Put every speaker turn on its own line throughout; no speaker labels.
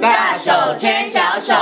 大手牵小手。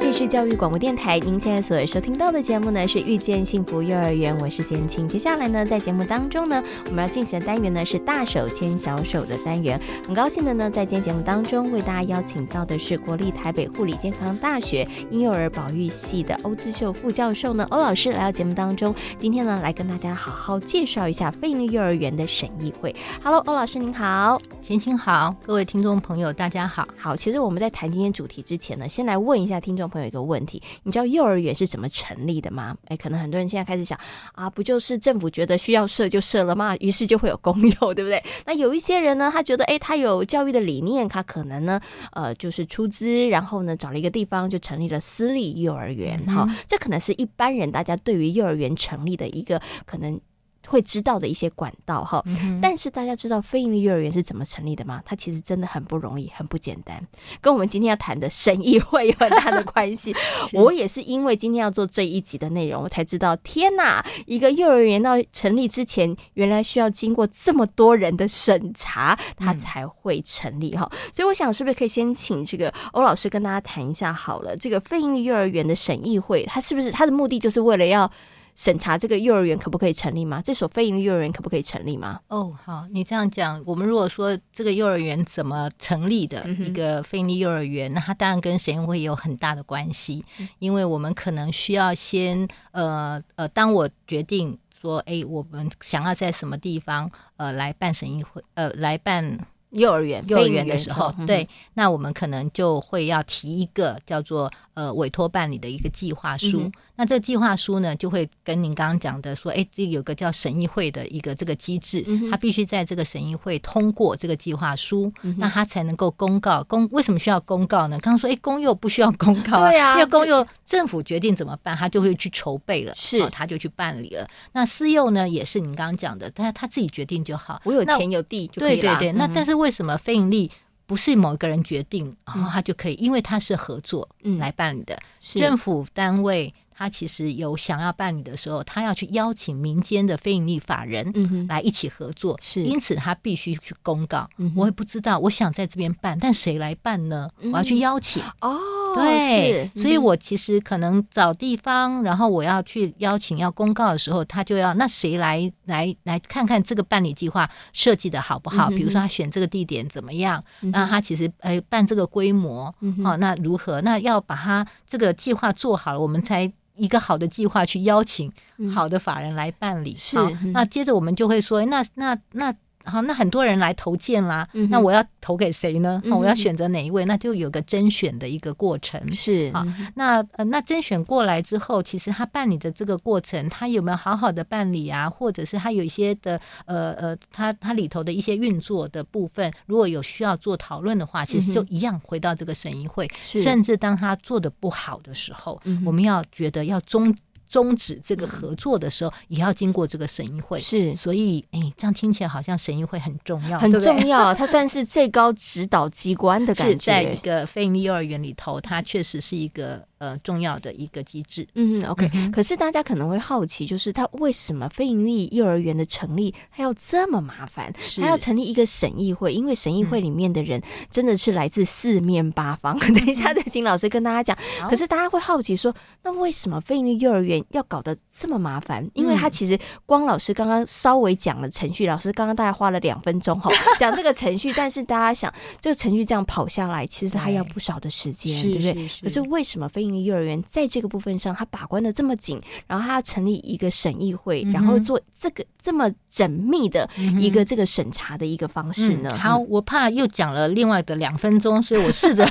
这是教育广播电台，您现在所收听到的节目呢是《遇见幸福幼儿园》，我是贤青。接下来呢，在节目当中呢，我们要进行的单元呢是“大手牵小手”的单元。很高兴的呢，在今天节目当中为大家邀请到的是国立台北护理健康大学婴幼儿保育系的欧志秀副教授呢，欧老师来到节目当中，今天呢来跟大家好好介绍一下非营利幼儿园的审议会。Hello，欧老师您好。
贤青好，各位听众朋友，大家好。
好，其实我们在谈今天主题之前呢，先来问一下听众朋友一个问题：你知道幼儿园是怎么成立的吗？哎，可能很多人现在开始想啊，不就是政府觉得需要设就设了嘛，于是就会有公幼，对不对？那有一些人呢，他觉得哎，他有教育的理念，他可能呢，呃，就是出资，然后呢，找了一个地方就成立了私立幼儿园。哈、这可能是一般人大家对于幼儿园成立的一个可能。会知道的一些管道哈，
嗯
但是大家知道非营利幼儿园是怎么成立的吗？它其实真的很不容易，很不简单，跟我们今天要谈的审议会有很大的关系。我也是因为今天要做这一集的内容，我才知道，天哪，一个幼儿园到成立之前，原来需要经过这么多人的审查，它才会成立哈。所以我想，是不是可以先请这个欧老师跟大家谈一下好了？这个非营利幼儿园的审议会，它是不是它的目的就是为了要？审查这个幼儿园可不可以成立吗？这所非营利幼儿园可不可以成立吗？
哦，好，你这样讲，我们如果说这个幼儿园怎么成立的
嗯哼
一个非营利幼儿园，那它当然跟审议会有很大的关系，
嗯
因为我们可能需要先呃呃，当我决定说，哎，我们想要在什么地方呃来办审议会，呃来办
幼儿园，
幼
非
儿
营利
园的时候，
嗯哼
对，那我们可能就会要提一个叫做呃委托办理的一个计划书。
嗯哼
那这个计划书呢，就会跟您刚刚讲的说，哎，这有个叫审议会的一个这个机制，
嗯哼
它必须在这个审议会通过这个计划书，
嗯哼
那它才能够公告。公为什么需要公告呢？刚刚说，哎，公幼不需要公告、啊，
对啊
因为公幼政府决定怎么办，他就会去筹备了，
是
哦他就去办理了。那私幼呢，也是您刚刚讲的，他他自己决定就好。
我有
那
钱有地就可
对
以
对
啦
对，那
嗯
但是为什么非盈利不是某个人决定，然后他就可以？因为他是合作
嗯
来办理的，
是
政府单位他其实有想要办理的时候，他要去邀请民间的非盈利法人。
嗯哼，
来一起合作，
是
因此他必须去公告。
嗯哼
我也不知道，我想在这边办，但谁来办呢？
嗯
我要去邀请，
哦，
对，
是
所以
嗯哼
我其实可能找地方，然后我要去邀请、要公告的时候，他就要那谁来来来看看这个办理计划设计的好不好？
嗯哼
比如说他选这个地点怎么样？
嗯哼
那他其实呃办这个规模，
嗯哼
哦，那如何？那要把它这个计划做好了，我们才一个好的计划去邀请
嗯
好的法人来办理。
是
好
嗯
那接着我们就会说，诶哎那那那好，那很多人来投件啦，
嗯哼
那我要投给谁呢？
嗯
哦我要
嗯
选择哪一位？那就有个甄选的一个过程。
是
好
嗯哼
那呃，那甄选过来之后，其实他办理的这个过程，他有没有好好的办理啊？或者是他有一些的呃呃，他他里头的一些运作的部分，如果有需要做讨论的话，其实
嗯哼
就一样回到这个审议会，
是
甚至当他做的不好的时候，
嗯哼嗯
我们要觉得要终终止这个合作的时候，也要经过这个审议会。
是
所以，哎，这样听起来好像审议会很重要，
很
对不对
重要， 它算是最高指导机关的
是
感
在一
觉。
个非营利幼儿园里头，它确实是一个呃重要的一个机制。
嗯哼，OK
嗯哼
可是大家可能会好奇，就是它为什么非营利幼儿园的成立它要这么麻烦？
是
还要成立一个审议会，因为审议会里面的人真的是来自四面 八方。等一下再请老师跟大家讲。
好
可是大家会好奇说，那为什么非营利幼儿园要搞得这么麻烦？因
嗯
为他其实光老师刚刚稍微讲了程序，老师刚刚大概花了两分钟 哈讲这个程序，但是大家想这个程序这样跑下来，其实他
对
要不少的时间，
是
对不对？
是
可是为什么非营利幼儿园在这个部分上，他把关的这么紧，然后他要成立一个审议会，
嗯哼
然后做这个这么缜密的
嗯哼
一个这个审查的一个方式呢？
嗯好，我怕又讲了另外的两分钟，所以我试着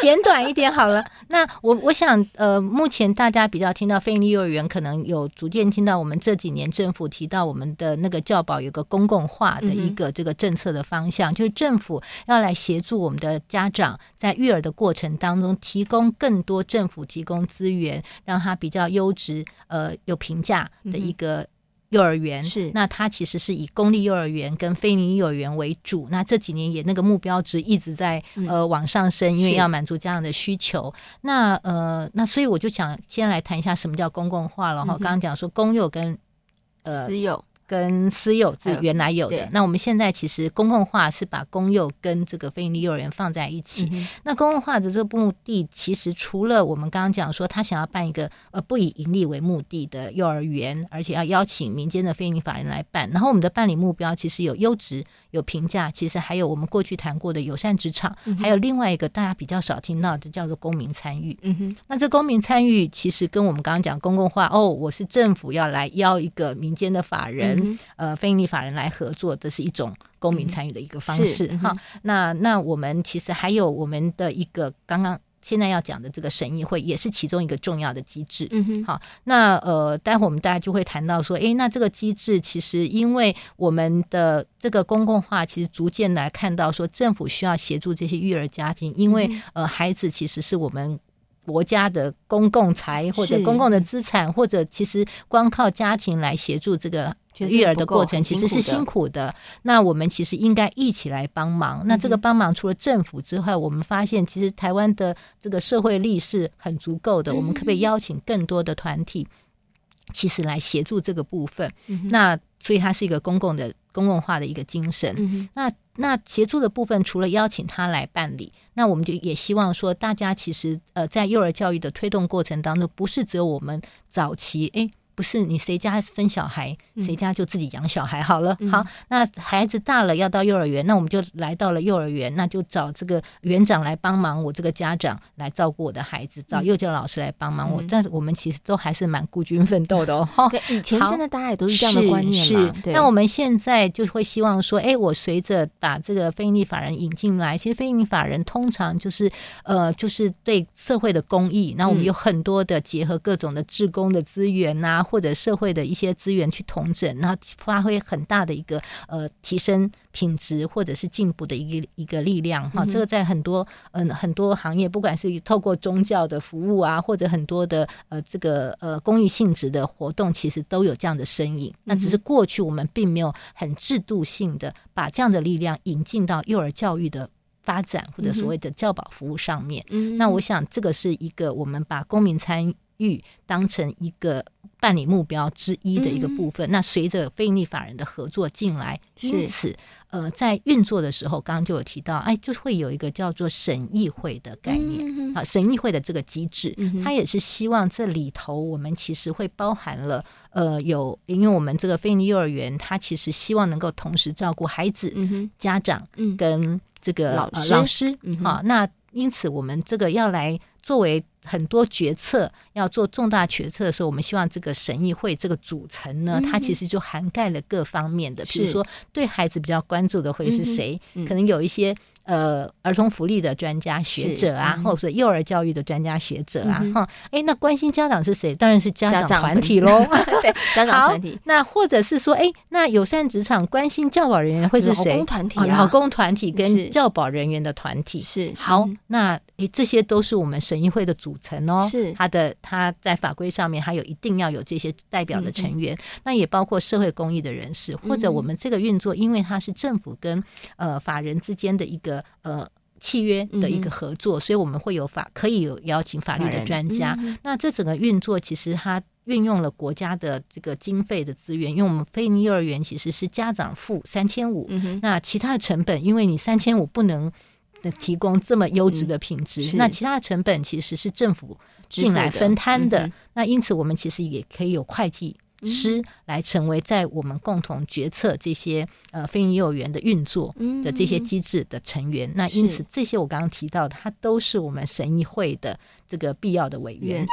简短一点好了。那我我想，呃，目前大家比较听到非营利幼儿园，可能有逐渐听到我们这几年政府提到我们的那个教保有个公共化的一个这个政策的方向，就是政府要来协助我们的家长在育儿的过程当中提供更多政府提供资源，让他比较优质、呃有评价的一个幼儿园。
是
那它其实是以公立幼儿园跟非营利幼儿园为主。那这几年也那个目标值一直在
嗯
呃往上升，因为
是
要满足家长的需求。那呃，那所以我就想先来谈一下什么叫公共化了哈。
嗯哼
刚刚讲说公幼跟呃
私有
跟私幼
还
是
有
原来有的
对。
那我们现在其实公共化是把公幼跟这个非营利幼儿园放在一起。
嗯哼
那公共化的这个目的，其实除了我们刚刚讲说，他想要办一个呃不以盈利为目的的幼儿园，而且要邀请民间的非营利法人来办。然后我们的办理目标其实有优质、有评价，其实还有我们过去谈过的友善职场，
嗯哼
还有另外一个大家比较少听到的叫做公民参与。
嗯哼，
那这公民参与其实跟我们刚刚讲公共化哦，我是政府要来邀一个民间的法人，
嗯哼
呃非营利法人来合作，这是一种公民参与的一个方式
嗯是嗯
哈、那那我们其实还有我们的一个刚刚现在要讲的这个审议会，也是其中一个重要的机制。
嗯哼，
好那呃，待会我们大家就会谈到说，诶，那这个机制其实因为我们的这个公共化，其实逐渐来看到说，政府需要协助这些育儿家庭，因为、
嗯
呃，孩子其实是我们。国家的公共财或者
是嗯
公共的资产，或者其实光靠家庭来协助这个
觉得
育儿
不
的
够
过程，
很
其
辛
实是
苦的
辛苦的。那我们其实应该一起来帮忙。那这个
嗯哼
帮忙除了政府之外，我们发现其实台湾的这个社会力是很足够
嗯
的，我们可不可以邀请更多的团体，其实来协助这个部分？
嗯哼
那所以它是一个公共的公共化的一个精神。
嗯哼
那那协助的部分，除了邀请他来办理，那我们就也希望说，大家其实呃，在幼儿教育的推动过程当中，不是只有我们早期诶，不是你谁家生小孩，
嗯
谁家就自己养小孩好了。
嗯
好，那孩子大了要到幼儿园，那我们就来到了幼儿园，那就找这个园长来帮忙，我这个家长来照顾我的孩子，找
嗯
幼教老师来帮忙我。
嗯
但是我们其实都还是蛮孤军奋斗的 哦。
对，以前
好
真的大家也都是这样的观念
是
嘛
是。
对
那我们现在就会希望说，哎，我随着把这个非营利法人引进来，其实非营利法人通常就是呃，就是对社会的公益。那我们
嗯
有很多的结合各种的志工的资源呐、或者社会的一些资源去统整，然后发挥很大的一个呃提升品质或者是进步的一个一个力量哈。
嗯哼
这个在很多嗯、很多行业，不管是透过宗教的服务啊，或者很多的呃这个呃公益性质的活动，其实都有这样的身影。那
嗯
只是过去我们并没有很制度性的把这样的力量引进到幼儿教育的发展或者所谓的教保服务上面。
嗯
那我想，这个是一个我们把公民参与当成一个办理目标之一
嗯
的一个部分。那随着非营利法人的合作进来，
是
因此，呃，在运作的时候，刚刚就有提到，哎，就会有一个叫做审议会的概念。
嗯哼
啊，审议会的这个机制，
嗯哼
它也是希望这里头我们其实会包含了，呃，有因为我们这个非营利幼儿园，它其实希望能够同时照顾孩子、
嗯哼
家长
嗯
跟这个
老
呃
师
老师
嗯哼
好、那因此我们这个要来作为很多决策要做重大决策的时候，我们希望这个审议会这个组成呢，
嗯哼
它其实就涵盖了各方面的，比如
是
说对孩子比较关注的会是谁，
嗯哼嗯
可能有一些。呃，儿童福利的专家学者啊，
是嗯哼
或者是幼儿教育的专家学者啊
嗯，哼
哈、诶，那关心家长是谁？当然是家
家
长
长
团体喽。
对家长团体
好， 那或者是说，诶，那友善职场关心教保人员会是谁？
老公团体
哦，
啊
老公团体跟
是
教保人员的团体。
是
好
嗯，
那诶，这些都是我们审议会的组成哦。
是
它的它在法规上面，它有一定要有这些代表的成
嗯
员，那也包括社会公益的人士，或者我们这个运作，因为它是政府跟呃法人之间的一个呃。契约的一个
嗯
合作，所以我们会有法可以有邀请法律
法
的
人
专家，
嗯哼
那这整个运作其实它运用了国家的这个经费的资源，因为我们非营利幼儿园其实是家长付三千五，
嗯哼
那其他的成本，因为你三千五不能呃提供这么优质的品质，
嗯是
那其他的成本其实是政府
支付
进来
的
分摊的。
嗯哼嗯
那因此，我们其实也可以有会计。师来成为在我们共同决策这些呃非营利幼儿园的运作
嗯
的这些机制的成员，那因此这些我刚刚提到的，它都是我们审议会的这个必要的委员。
员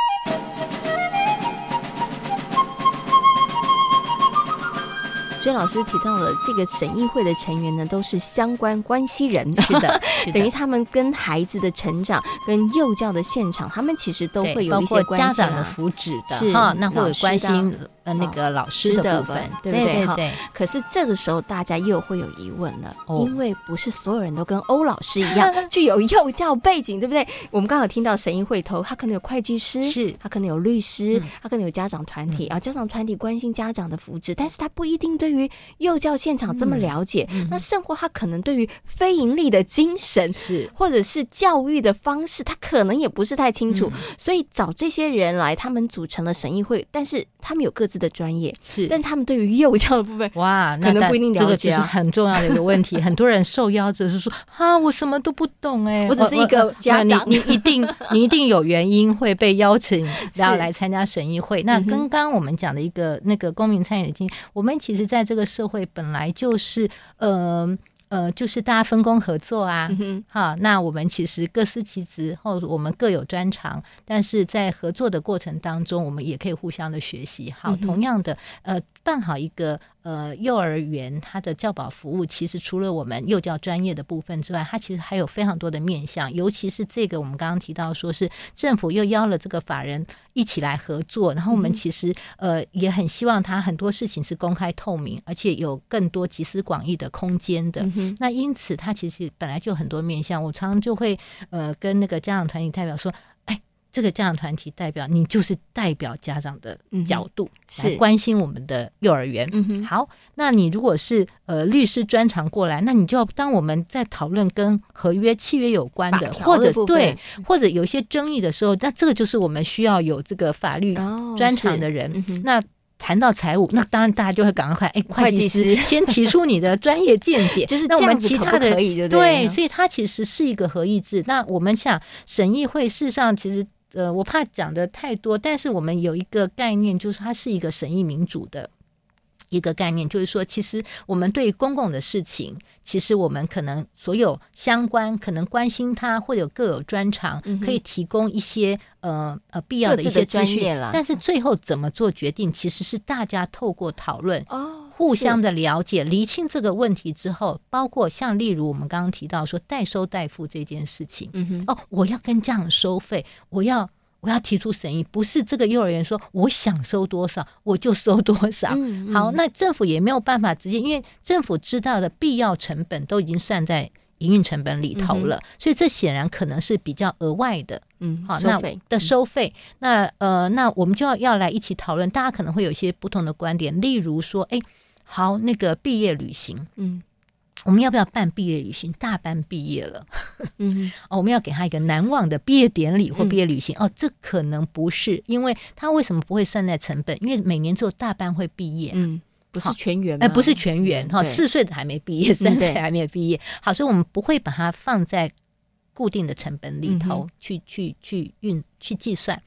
所以老师提到了这个审议会的成员呢，都是相关关系人，
是 的，是
等于
的。
他们跟孩子的成长、跟幼教的现场，他们其实都
对
会有
包
一
括
些关
家
系
长的
啦。
福祉的
是
哈，那或
老
者
师
关
的
心呃那个老师
师的
部
部
分
分，对不对
对
哈
对，
可是这个时候，大家又会有疑问了，
哦
因为不是所有人都跟欧老师一样 具有幼教背景，对不对？我们刚好听到审议会头，他可能有会计师，
是
他可能有律师，
嗯
他可能有家长团体、啊，家长团体关心家长的福祉，但是他不一定对于幼教现场这么了解，
嗯嗯
那圣或他可能对于非盈利的精神。
是
或者是教育的方式，他可能也不是太清楚，
嗯
所以找这些人来，他们组成了审议会，但是他们有各自的专业，
是，
但他们对于幼教 的部分，
哇，那
可能
但
不一定
这
了
个
解
就是
啊
很重要的一个问 题。很多人受邀者是说啊，我什么都不懂哎、
我只是一个
我
家
没有
长
你你一定你一定有原因会被邀 请，然后
是
来参加审议会。那
嗯哼
跟刚刚我们讲的一个那个公民参与的经验，我们其实在这个社会本来就是呃呃，就是大家分工合作啊。
嗯哼，
好，那我们其实各司其职，或者我们各有专长，但是在合作的过程当中，我们也可以互相的学习。好，
嗯哼
同样的，呃，办好一个呃幼儿园，它的教保服务，其实除了我们幼教专业的部分之外，它其实还有非常多的面向，尤其是这个我们刚刚提到，说是政府又邀了这个法人一起来合作，然后我们
嗯哼
其实、呃也很希望它很多事情是公开透明，而且有更多集思广益的空间的。
嗯哼，
那因此，它其实本来就有很多面向。我常常就会呃跟那个家长团体代表说，哎，这个家长团体代表，你就是代表家长的
嗯哼
角度、来
是
关心我们的幼儿园。
嗯哼，
好，那你如果是呃律师专长过来，那你就要当我们在讨论跟合约、契约有关的，
法条
或者
的部分嗯
对，或者有一些争议的时候，那这个就是我们需要有这个法律
哦
专长的
是
人。
嗯哼
那谈到财务，那当然大家就会赶快哎，会
会
计师
计
先提出你的专业见解，
就是
那我
这
们
样子
其
可
他
不
的
可
人
以，对不
对，嗯
对？
所以它其实是一个合议制。那我们想审议会，事实上其实呃，我怕讲的太多，但是我们有一个概念，就是它是一个审议民主的。一个概念就是说，其实我们对公共的事情，其实我们可能所有相关可能关心它或者各有专长，
嗯哼
可以提供一些呃呃必要的一
各自
些
的
资
专
讯
业啦，
但是最后怎么做决定，其实是大家透过讨论
哦，
互相
的
的了解、厘清这个问题之后，包括像例如我们刚刚提到说代收代付这件事情，
嗯哼，
哦，我要跟家长收费，我要我要提出审议，不是这个幼儿园说我想收多少我就收多少。哦
嗯
好，
嗯
那政府也没有办法直接，因为政府知道的必要成本都已经算在营运成本里头了，所以这显然可能是比较额外的。
嗯
好，
收
那
费
的收费，那呃，那我们就要要来一起讨论，大家可能会有一些不同的观点，例如说，哎，好，那个毕业旅行，
嗯
我们要不要办毕业旅行？大班毕业了，
嗯
哦，我们要给他一个难忘的毕业典礼或
嗯
毕业旅行。哦，这可能不是，因为他为什么不会算在成本？因为每年只有大班会毕业。
嗯，不
好
是全员吗，嗯
哎，不是全员哈，
对嗯
四岁的还没毕业，三岁
对
还没有毕业。好，所以我们不会把它放在固定的成本里头、
嗯
去去去运去计算。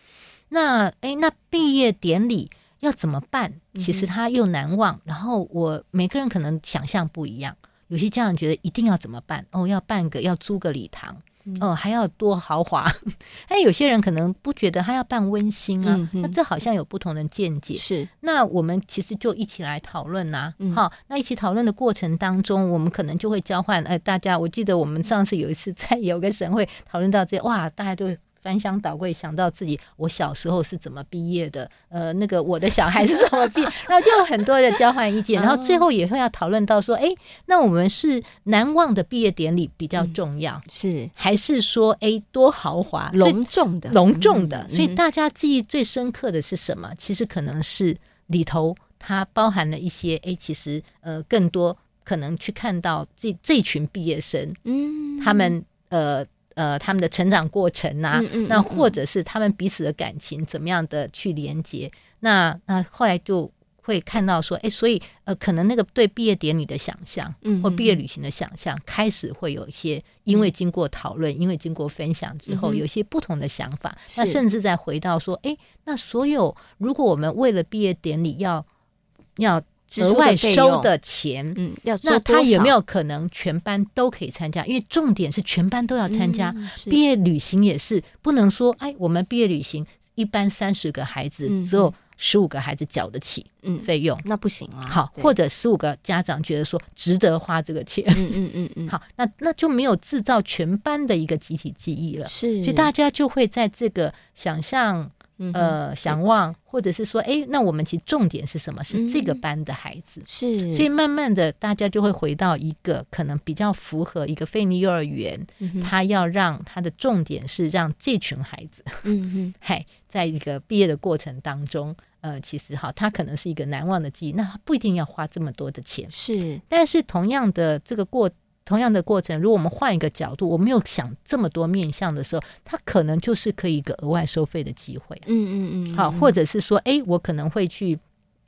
那哎，那毕业典礼要怎么办？
嗯
其实
哼
它又难忘，然后我每个人可能想象不一样。有些家长觉得一定要怎么办？哦，要办个，要租个礼堂，
嗯
哦，还要多豪华。 哎，有些人可能不觉得他要办温馨啊，
嗯哼
那这好像有不同的见解。
是
那我们其实就一起来讨论呐、
嗯
好、那一起讨论的过程当中，我们可能就会交换，呃，大家，我记得我们上次有一次在有个省会讨论到这，哇，大家都。翻箱倒柜，想到自己我小时候是怎么毕业的，呃，那个我的小孩是怎么毕业，然后就有很多的交换意见，然后最后也会要讨论到说，哎，那我们是难忘的毕业典礼比较重要，
是
还是说，哎，多豪华所以
隆重的
隆重的，
嗯
所以
嗯
大家记忆最深刻的是什么？其实可能是里头它包含了一些，诶，其实呃更多可能去看到这这群毕业生
嗯
他们呃呃他们的成长过程呐、
嗯嗯嗯
那
嗯
或者是他们彼此的感情怎么样的去连接，那那后来就。会看到说，诶，所以呃，可能那个对毕业典礼的想象，
嗯
或
嗯
毕业
嗯
旅行的想象，开始会有一些，因为经过讨论，因为经过分享之后，
嗯哼
有一些不同的想法。
是
那甚至再回到说，诶，那所有如果我们为了毕业典礼要要
支出
额
的
外
费
收
用
的钱，
嗯要
那
收
他
多
有没
少
有可能全班都可以参加？因为重点是全班都要参加。
嗯是
毕业旅行也是不能说，哎，我们毕业旅行一般三十个孩子，
嗯
只有十五个孩子缴得起
嗯
费用。
那不行啊，
好，
对
或者十五个家长觉得说值得花这个钱，
嗯嗯嗯嗯
好，那那就没有制造全班的一个集体记忆了，
是，
所以大家就会在这个想象、
嗯哼
呃想望，或者是说，哎，那我们其实重点是什么？是这个
嗯
班的孩子。
是，
所以慢慢的，大家就会回到一个可能比较符合一个非利幼儿园，
嗯哼
他要让他的重点是让这群孩子，
嗯嗯
嗨，在一个毕业的过程当中，呃，其实哈，它可能是一个难忘的记忆，那它不一定要花这么多的钱。
是
但是同样的这个过同样的过程，如果我们换一个角度，我没有想这么多面向的时候，它可能就是可以一个额外收费的机会。啊
嗯嗯嗯，
好，或
者
者是说，诶，我可能会去，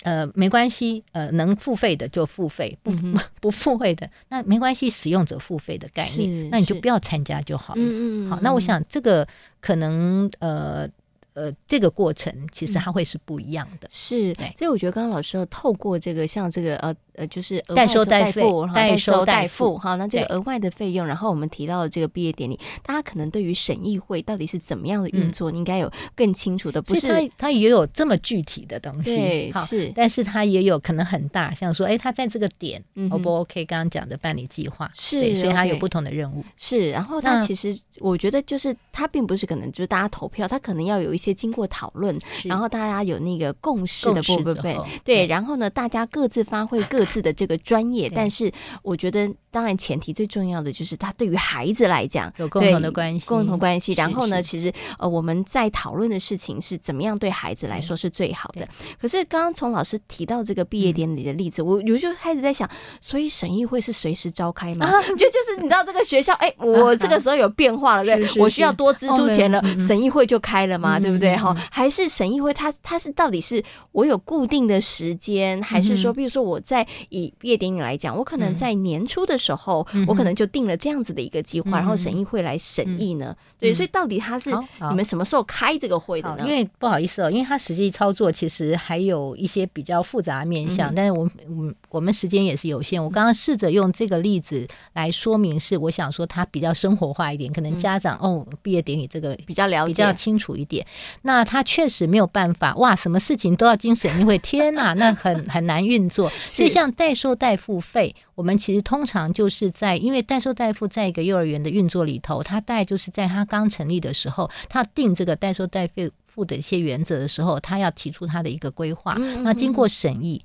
呃，没关系，呃，能付费的就付费，不、
嗯哼
不付费的那没关系，使用者付费的概
是
念，那你就是不要参加就好了。
嗯嗯嗯，
好，那我想这个可能呃呃，这个过程其
嗯
实它会是不一样的。
是
对，
所以我觉得刚刚老师有透过这个像这个呃呃，就是额
代
外
收代
代
费
付，然后
代
代
收
收
代
代
付
付，好，那这个
对
额外的费用，然后我们提到的这个毕业典礼，大家可能对于审议会到底是怎么样的运
嗯
作，你应该有更清楚的，不
所以
是
它它也有这么具体的东西
对，
好，
是
但是它也有可能很大，像说，哎，它在这个点
嗯
O
哼
哦不 OK？刚刚讲的办理计划，
是
对，所以它有
OK
不同的任务。
是，然后它
那
其实我觉得就是它并不是可能就是大家投票，它可能要有一些经过讨论，
是
然后大家有那个共识
共
的
识哦
部分
之
对
后
对，然后呢，大家各自发挥各自的这个专业，
对
但是我觉得，当然前提最重要的就是他对于孩子来讲
有共同的
对
关系，
共同关系。
是
然后呢，
是
其实呃，我们在讨论的事情是怎么样对孩子来说是最好的
对。嗯
可是刚刚从老师提到这个毕业典礼的例子，我我就开始在想，所以审议会是随时召开吗？
啊
就就是你知道这个学校， 哎，我这个时候有变化了，对不
是
对，
是
我需要
是
多支出钱了
哦没有，嗯嗯
审议会就开了嘛，
嗯
对不对？
嗯
哈
嗯，
还是审议会它它是到底是我有固定的时间，还是说，
嗯哼
比如说我在以毕业典礼来讲，我可能
嗯
在年初的时候
嗯，
我可
哼
能就定了这样子的一个计划，
嗯
然后
哼
审议会来审议呢？对，
嗯
所以到底它是
好好
你们什么时候开这个会的
好，
呢？
因为不好意思哦，因为它实际操作其实还有一些比较复杂的面向，
嗯
但是我们我们我们时间也是有限。我刚刚试着用这个例子来说明是，我想说它比较生活化一点，可
嗯
能家长、哦毕业典礼这个
比较了
比
解
较，清楚一点。那他确实没有办法，哇，什么事情都要经审议会，天 哪，那很很难运作。所以像代收代付费，我们其实通常就是在，因为代收代付在一个幼儿园的运作里头，它大概就是在它刚成立的时候，它定这个代收代付付的一些原则的时候，它要提出它的一个规划，
嗯嗯
那经
嗯
过审议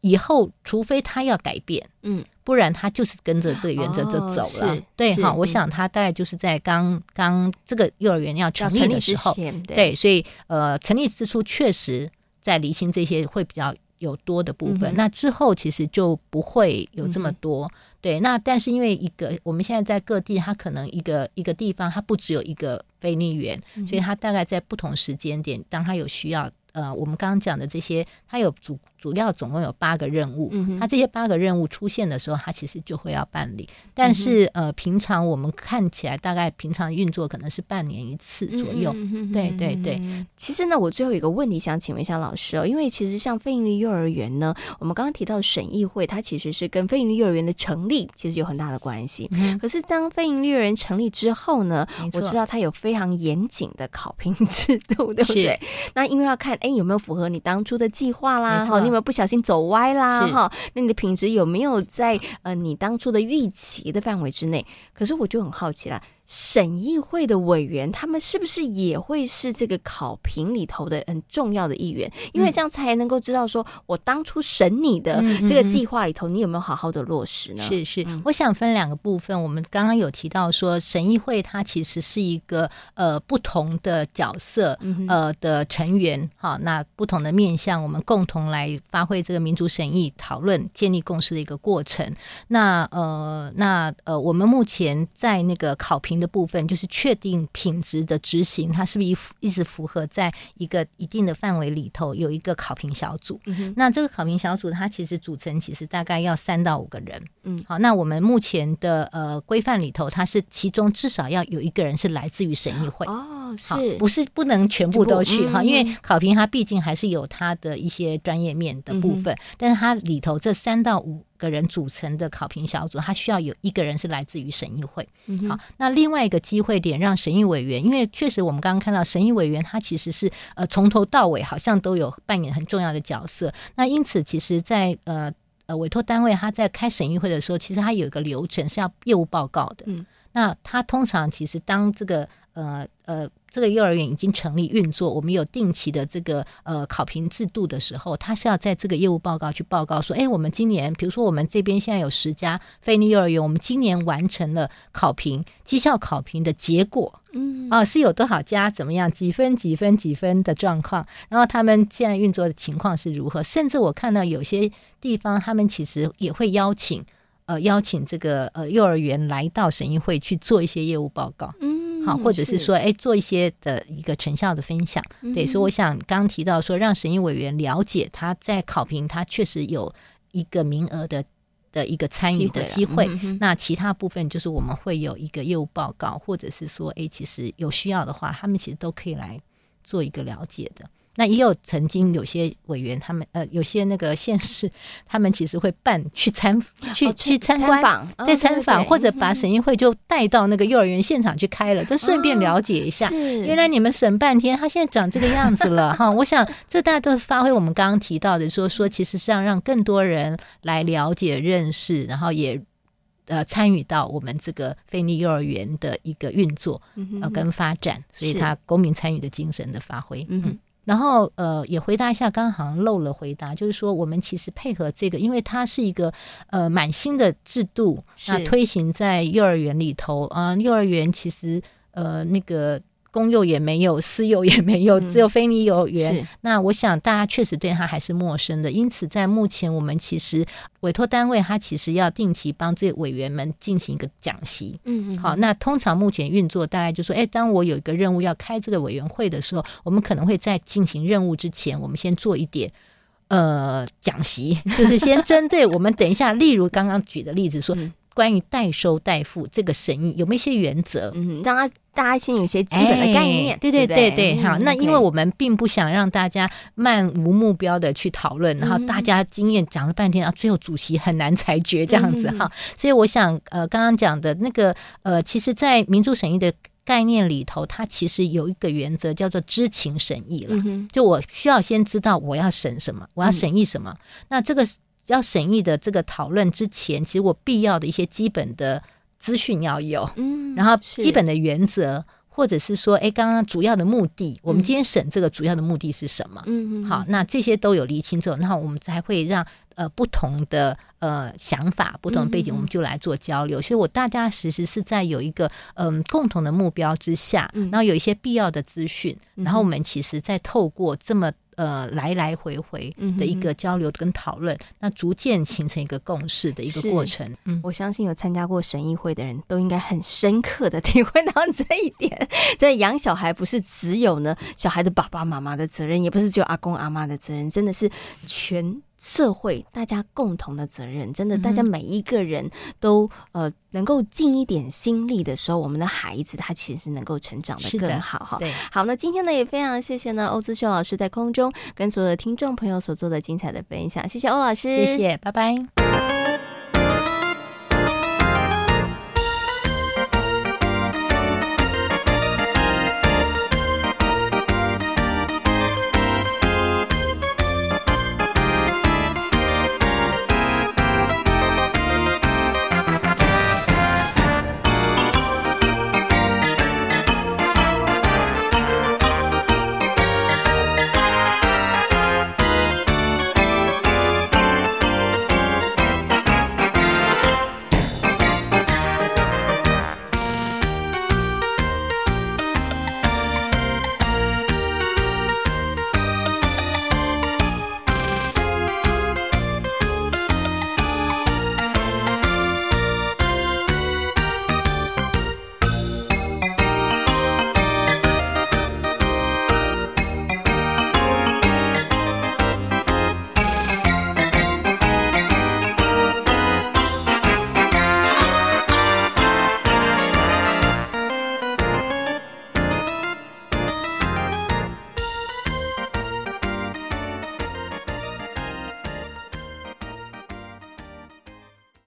以后，除非它要改变，
嗯，
不然他就是跟着这个原则就
哦
走了。
是
对
是
哈，我
嗯
想他大概就是在刚刚这个幼儿园要
要
成立
成立
的
之
时候，
前，对
对，所以呃，成立之初确实在厘清这些会比较有多的部分。
嗯哼嗯
那之后其实就不会有这么多。对，那但是因为一个我们现在在各地，它可能一个一个地方它不只有一个非利
嗯
园，所以它大概在不同时间点，当它有需要。呃，我们刚刚讲的这些，它有主主要总共有八个任务，
嗯哼
它这些八个任务出现的时候，它其实就会要办理。但是、呃，平常我们看起来大概平常运作可能是半年一次左右，
嗯嗯嗯嗯
对对对
嗯其实呢，我最后有一个问题想请问一下老师哦，因为其实像非营利幼儿园呢，我们刚刚提到审议会，它其实是跟非营利幼儿园的成立其实有很大的关系。
嗯
可是当非营利幼儿园成立之后呢，
没
我
错
知道它有非常严谨的考评 制度，对不对？那因为要看哎有没有符合你当初的计划啦，
没错
哈，你有没有不小心走歪啦，
是
哈，那你的品质有没有在呃你当初的预期的范围之内？可是我就很好奇啦，审议会的委员他们是不是也会是这个考评里头的很重要的一员？因为这样才能够知道说我当初审你的
嗯嗯
这个
嗯
计划里头，你有没有好好的落实呢？
是是
嗯，
我想分两个部分。我们刚刚有提到说，审议会它其实是一个呃不同的角色
嗯哼
呃的成员，好，那不同的面向，我们共同来发挥这个民主审议、讨论、建立共识的一个过程。那呃那呃，我们目前在那个考评的部分，就是确定品质的执行，它是不是一符一直符合在一个一定的范围里头，有一个考评小组。
嗯哼
那这个考评小组，它其实组成其实大概要三到五个人。
嗯
好，那我们目前的呃规范里头，它是其中至少要有一个人是来自于审议会。
哦，
好
是
不是不能全部都去
全部
哈？
嗯
因为考评它毕竟还是有它的一些专业面的部
嗯
分，但是它里头这三到五个人组成的考评小组，它需要有一个人是来自于审议会。
嗯哼
好，那另外一个机会点让审议委员，因为确实我们刚刚看到审议委员他其实是呃从头到尾好像都有扮演很重要的角色，那因此其实在，呃。呃，委托单位他在开审议会的时候，其实他有一个流程是要业务报告的。
嗯，
那他通常其实当这个呃呃，这个幼儿园已经成立运作，我们有定期的这个呃考评制度的时候，他是要在这个业务报告去报告说，哎，我们今年，比如说我们这边现在有十家非利幼儿园，我们今年完成了考评绩效考评的结果，
嗯
哦、是有多少家怎么样，几分几分几分的状况，然后他们现在运作的情况是如何，甚至我看到有些地方他们其实也会邀请。呃，邀请这个呃幼儿园来到省议会去做一些业务报告，
嗯
好，或者是说，哎，做一些的一个成效的分享。
嗯
对，所以我想刚提到说，让审议委员了解他在考评，他确实有一个名额的的一个参与的机会。嗯
嗯哦
那其他部分就是我们会有一个业务报告，或者是说，哎，其实有需要的话，他们其实都可以来做一个了解的。那也有曾经有些委员，他们呃，有些那个县市，他们其实会办去哦参去、去参观
访，哦
在参访，或者把
对嗯
省议会就带到那个幼儿园现场去开了，就顺便了解一下。
哦是
原来你们审半天，他现在长这个样子 了哈！我想这大家都是发挥我们刚刚提到的说说，其实是要让更多人来了解、认识，然后也呃参与到我们这个菲利幼儿园的一个运作
嗯
呃跟发展，所以
是
他公民参与的精神的发挥。
嗯哼
然后呃，也回答一下，刚刚好像漏了回答，就是说我们其实配合这个，因为它是一个呃满新的制度，那
是
推行在幼儿园里头啊、幼儿园其实呃那个公幼也没有，私幼也没有，
嗯
只有非你幼儿园。
是
那我想大家确实对它还是陌生的，因此在目前我们其实委托单位它其实要定期帮这委员们进行一个讲习，
嗯嗯
好，那通常目前运作大概就说，哎，当我有一个任务要开这个委员会的时候，我们可能会在进行任务之前，我们先做一点。呃，讲习就是先针对我们等一下，例如刚刚举的例子说，
嗯
关于代收代付这个审议有没有一些原则？
嗯，让他大家先有一些基本的概念，
哎对
对不
对对，好，
嗯
那
OK
因为我们并不想让大家漫无目标的去讨
嗯
论，然后大家经验讲了半天，啊，最后主席很难裁决这样子
嗯
哈，所以我想呃，刚刚讲的那个呃，其实，在民主审议的概念里头，它其实有一个原则叫做知情审议了，
嗯哼
就我需要先知道我要审什么，我要审议什
嗯
么。那这个要审议的这个讨论之前，其实我必要的一些基本的资讯要有。
嗯
然后
是
基本的原则，或者是说，哎，刚刚主要的目的，我们
嗯
今天审这个主要的目的是什么？
嗯嗯
好，那这些都有厘清之后，那我们才会让呃不同的呃想法、不同的背景，
嗯嗯嗯
我们就来做交流。所以，我大家其实是在有一个嗯、共同的目标之下，
嗯
然后有一些必要的资讯，
嗯
然后我们其实再透过这么呃来来回回
嗯
的一个交流跟讨论，那逐渐形成一个共识的一个
是
过程。嗯，
我相信有参加过审议会的人都应该很深刻的 体会到这一点。真的养小孩不是只有呢小孩的爸爸妈妈的责任，也不是只有阿公阿妈的责任，真的是全社会大家共同的责任。真的，
嗯哼
大家每一个人都呃能够尽一点心力的时候，我们的孩子他其实能够成长
是
的
的
更好哈。
对。
好，那今天呢也非常谢谢呢欧资秀老师在空中跟所有的听众朋友所做的精彩的分享，谢谢欧老师，
谢谢，拜拜。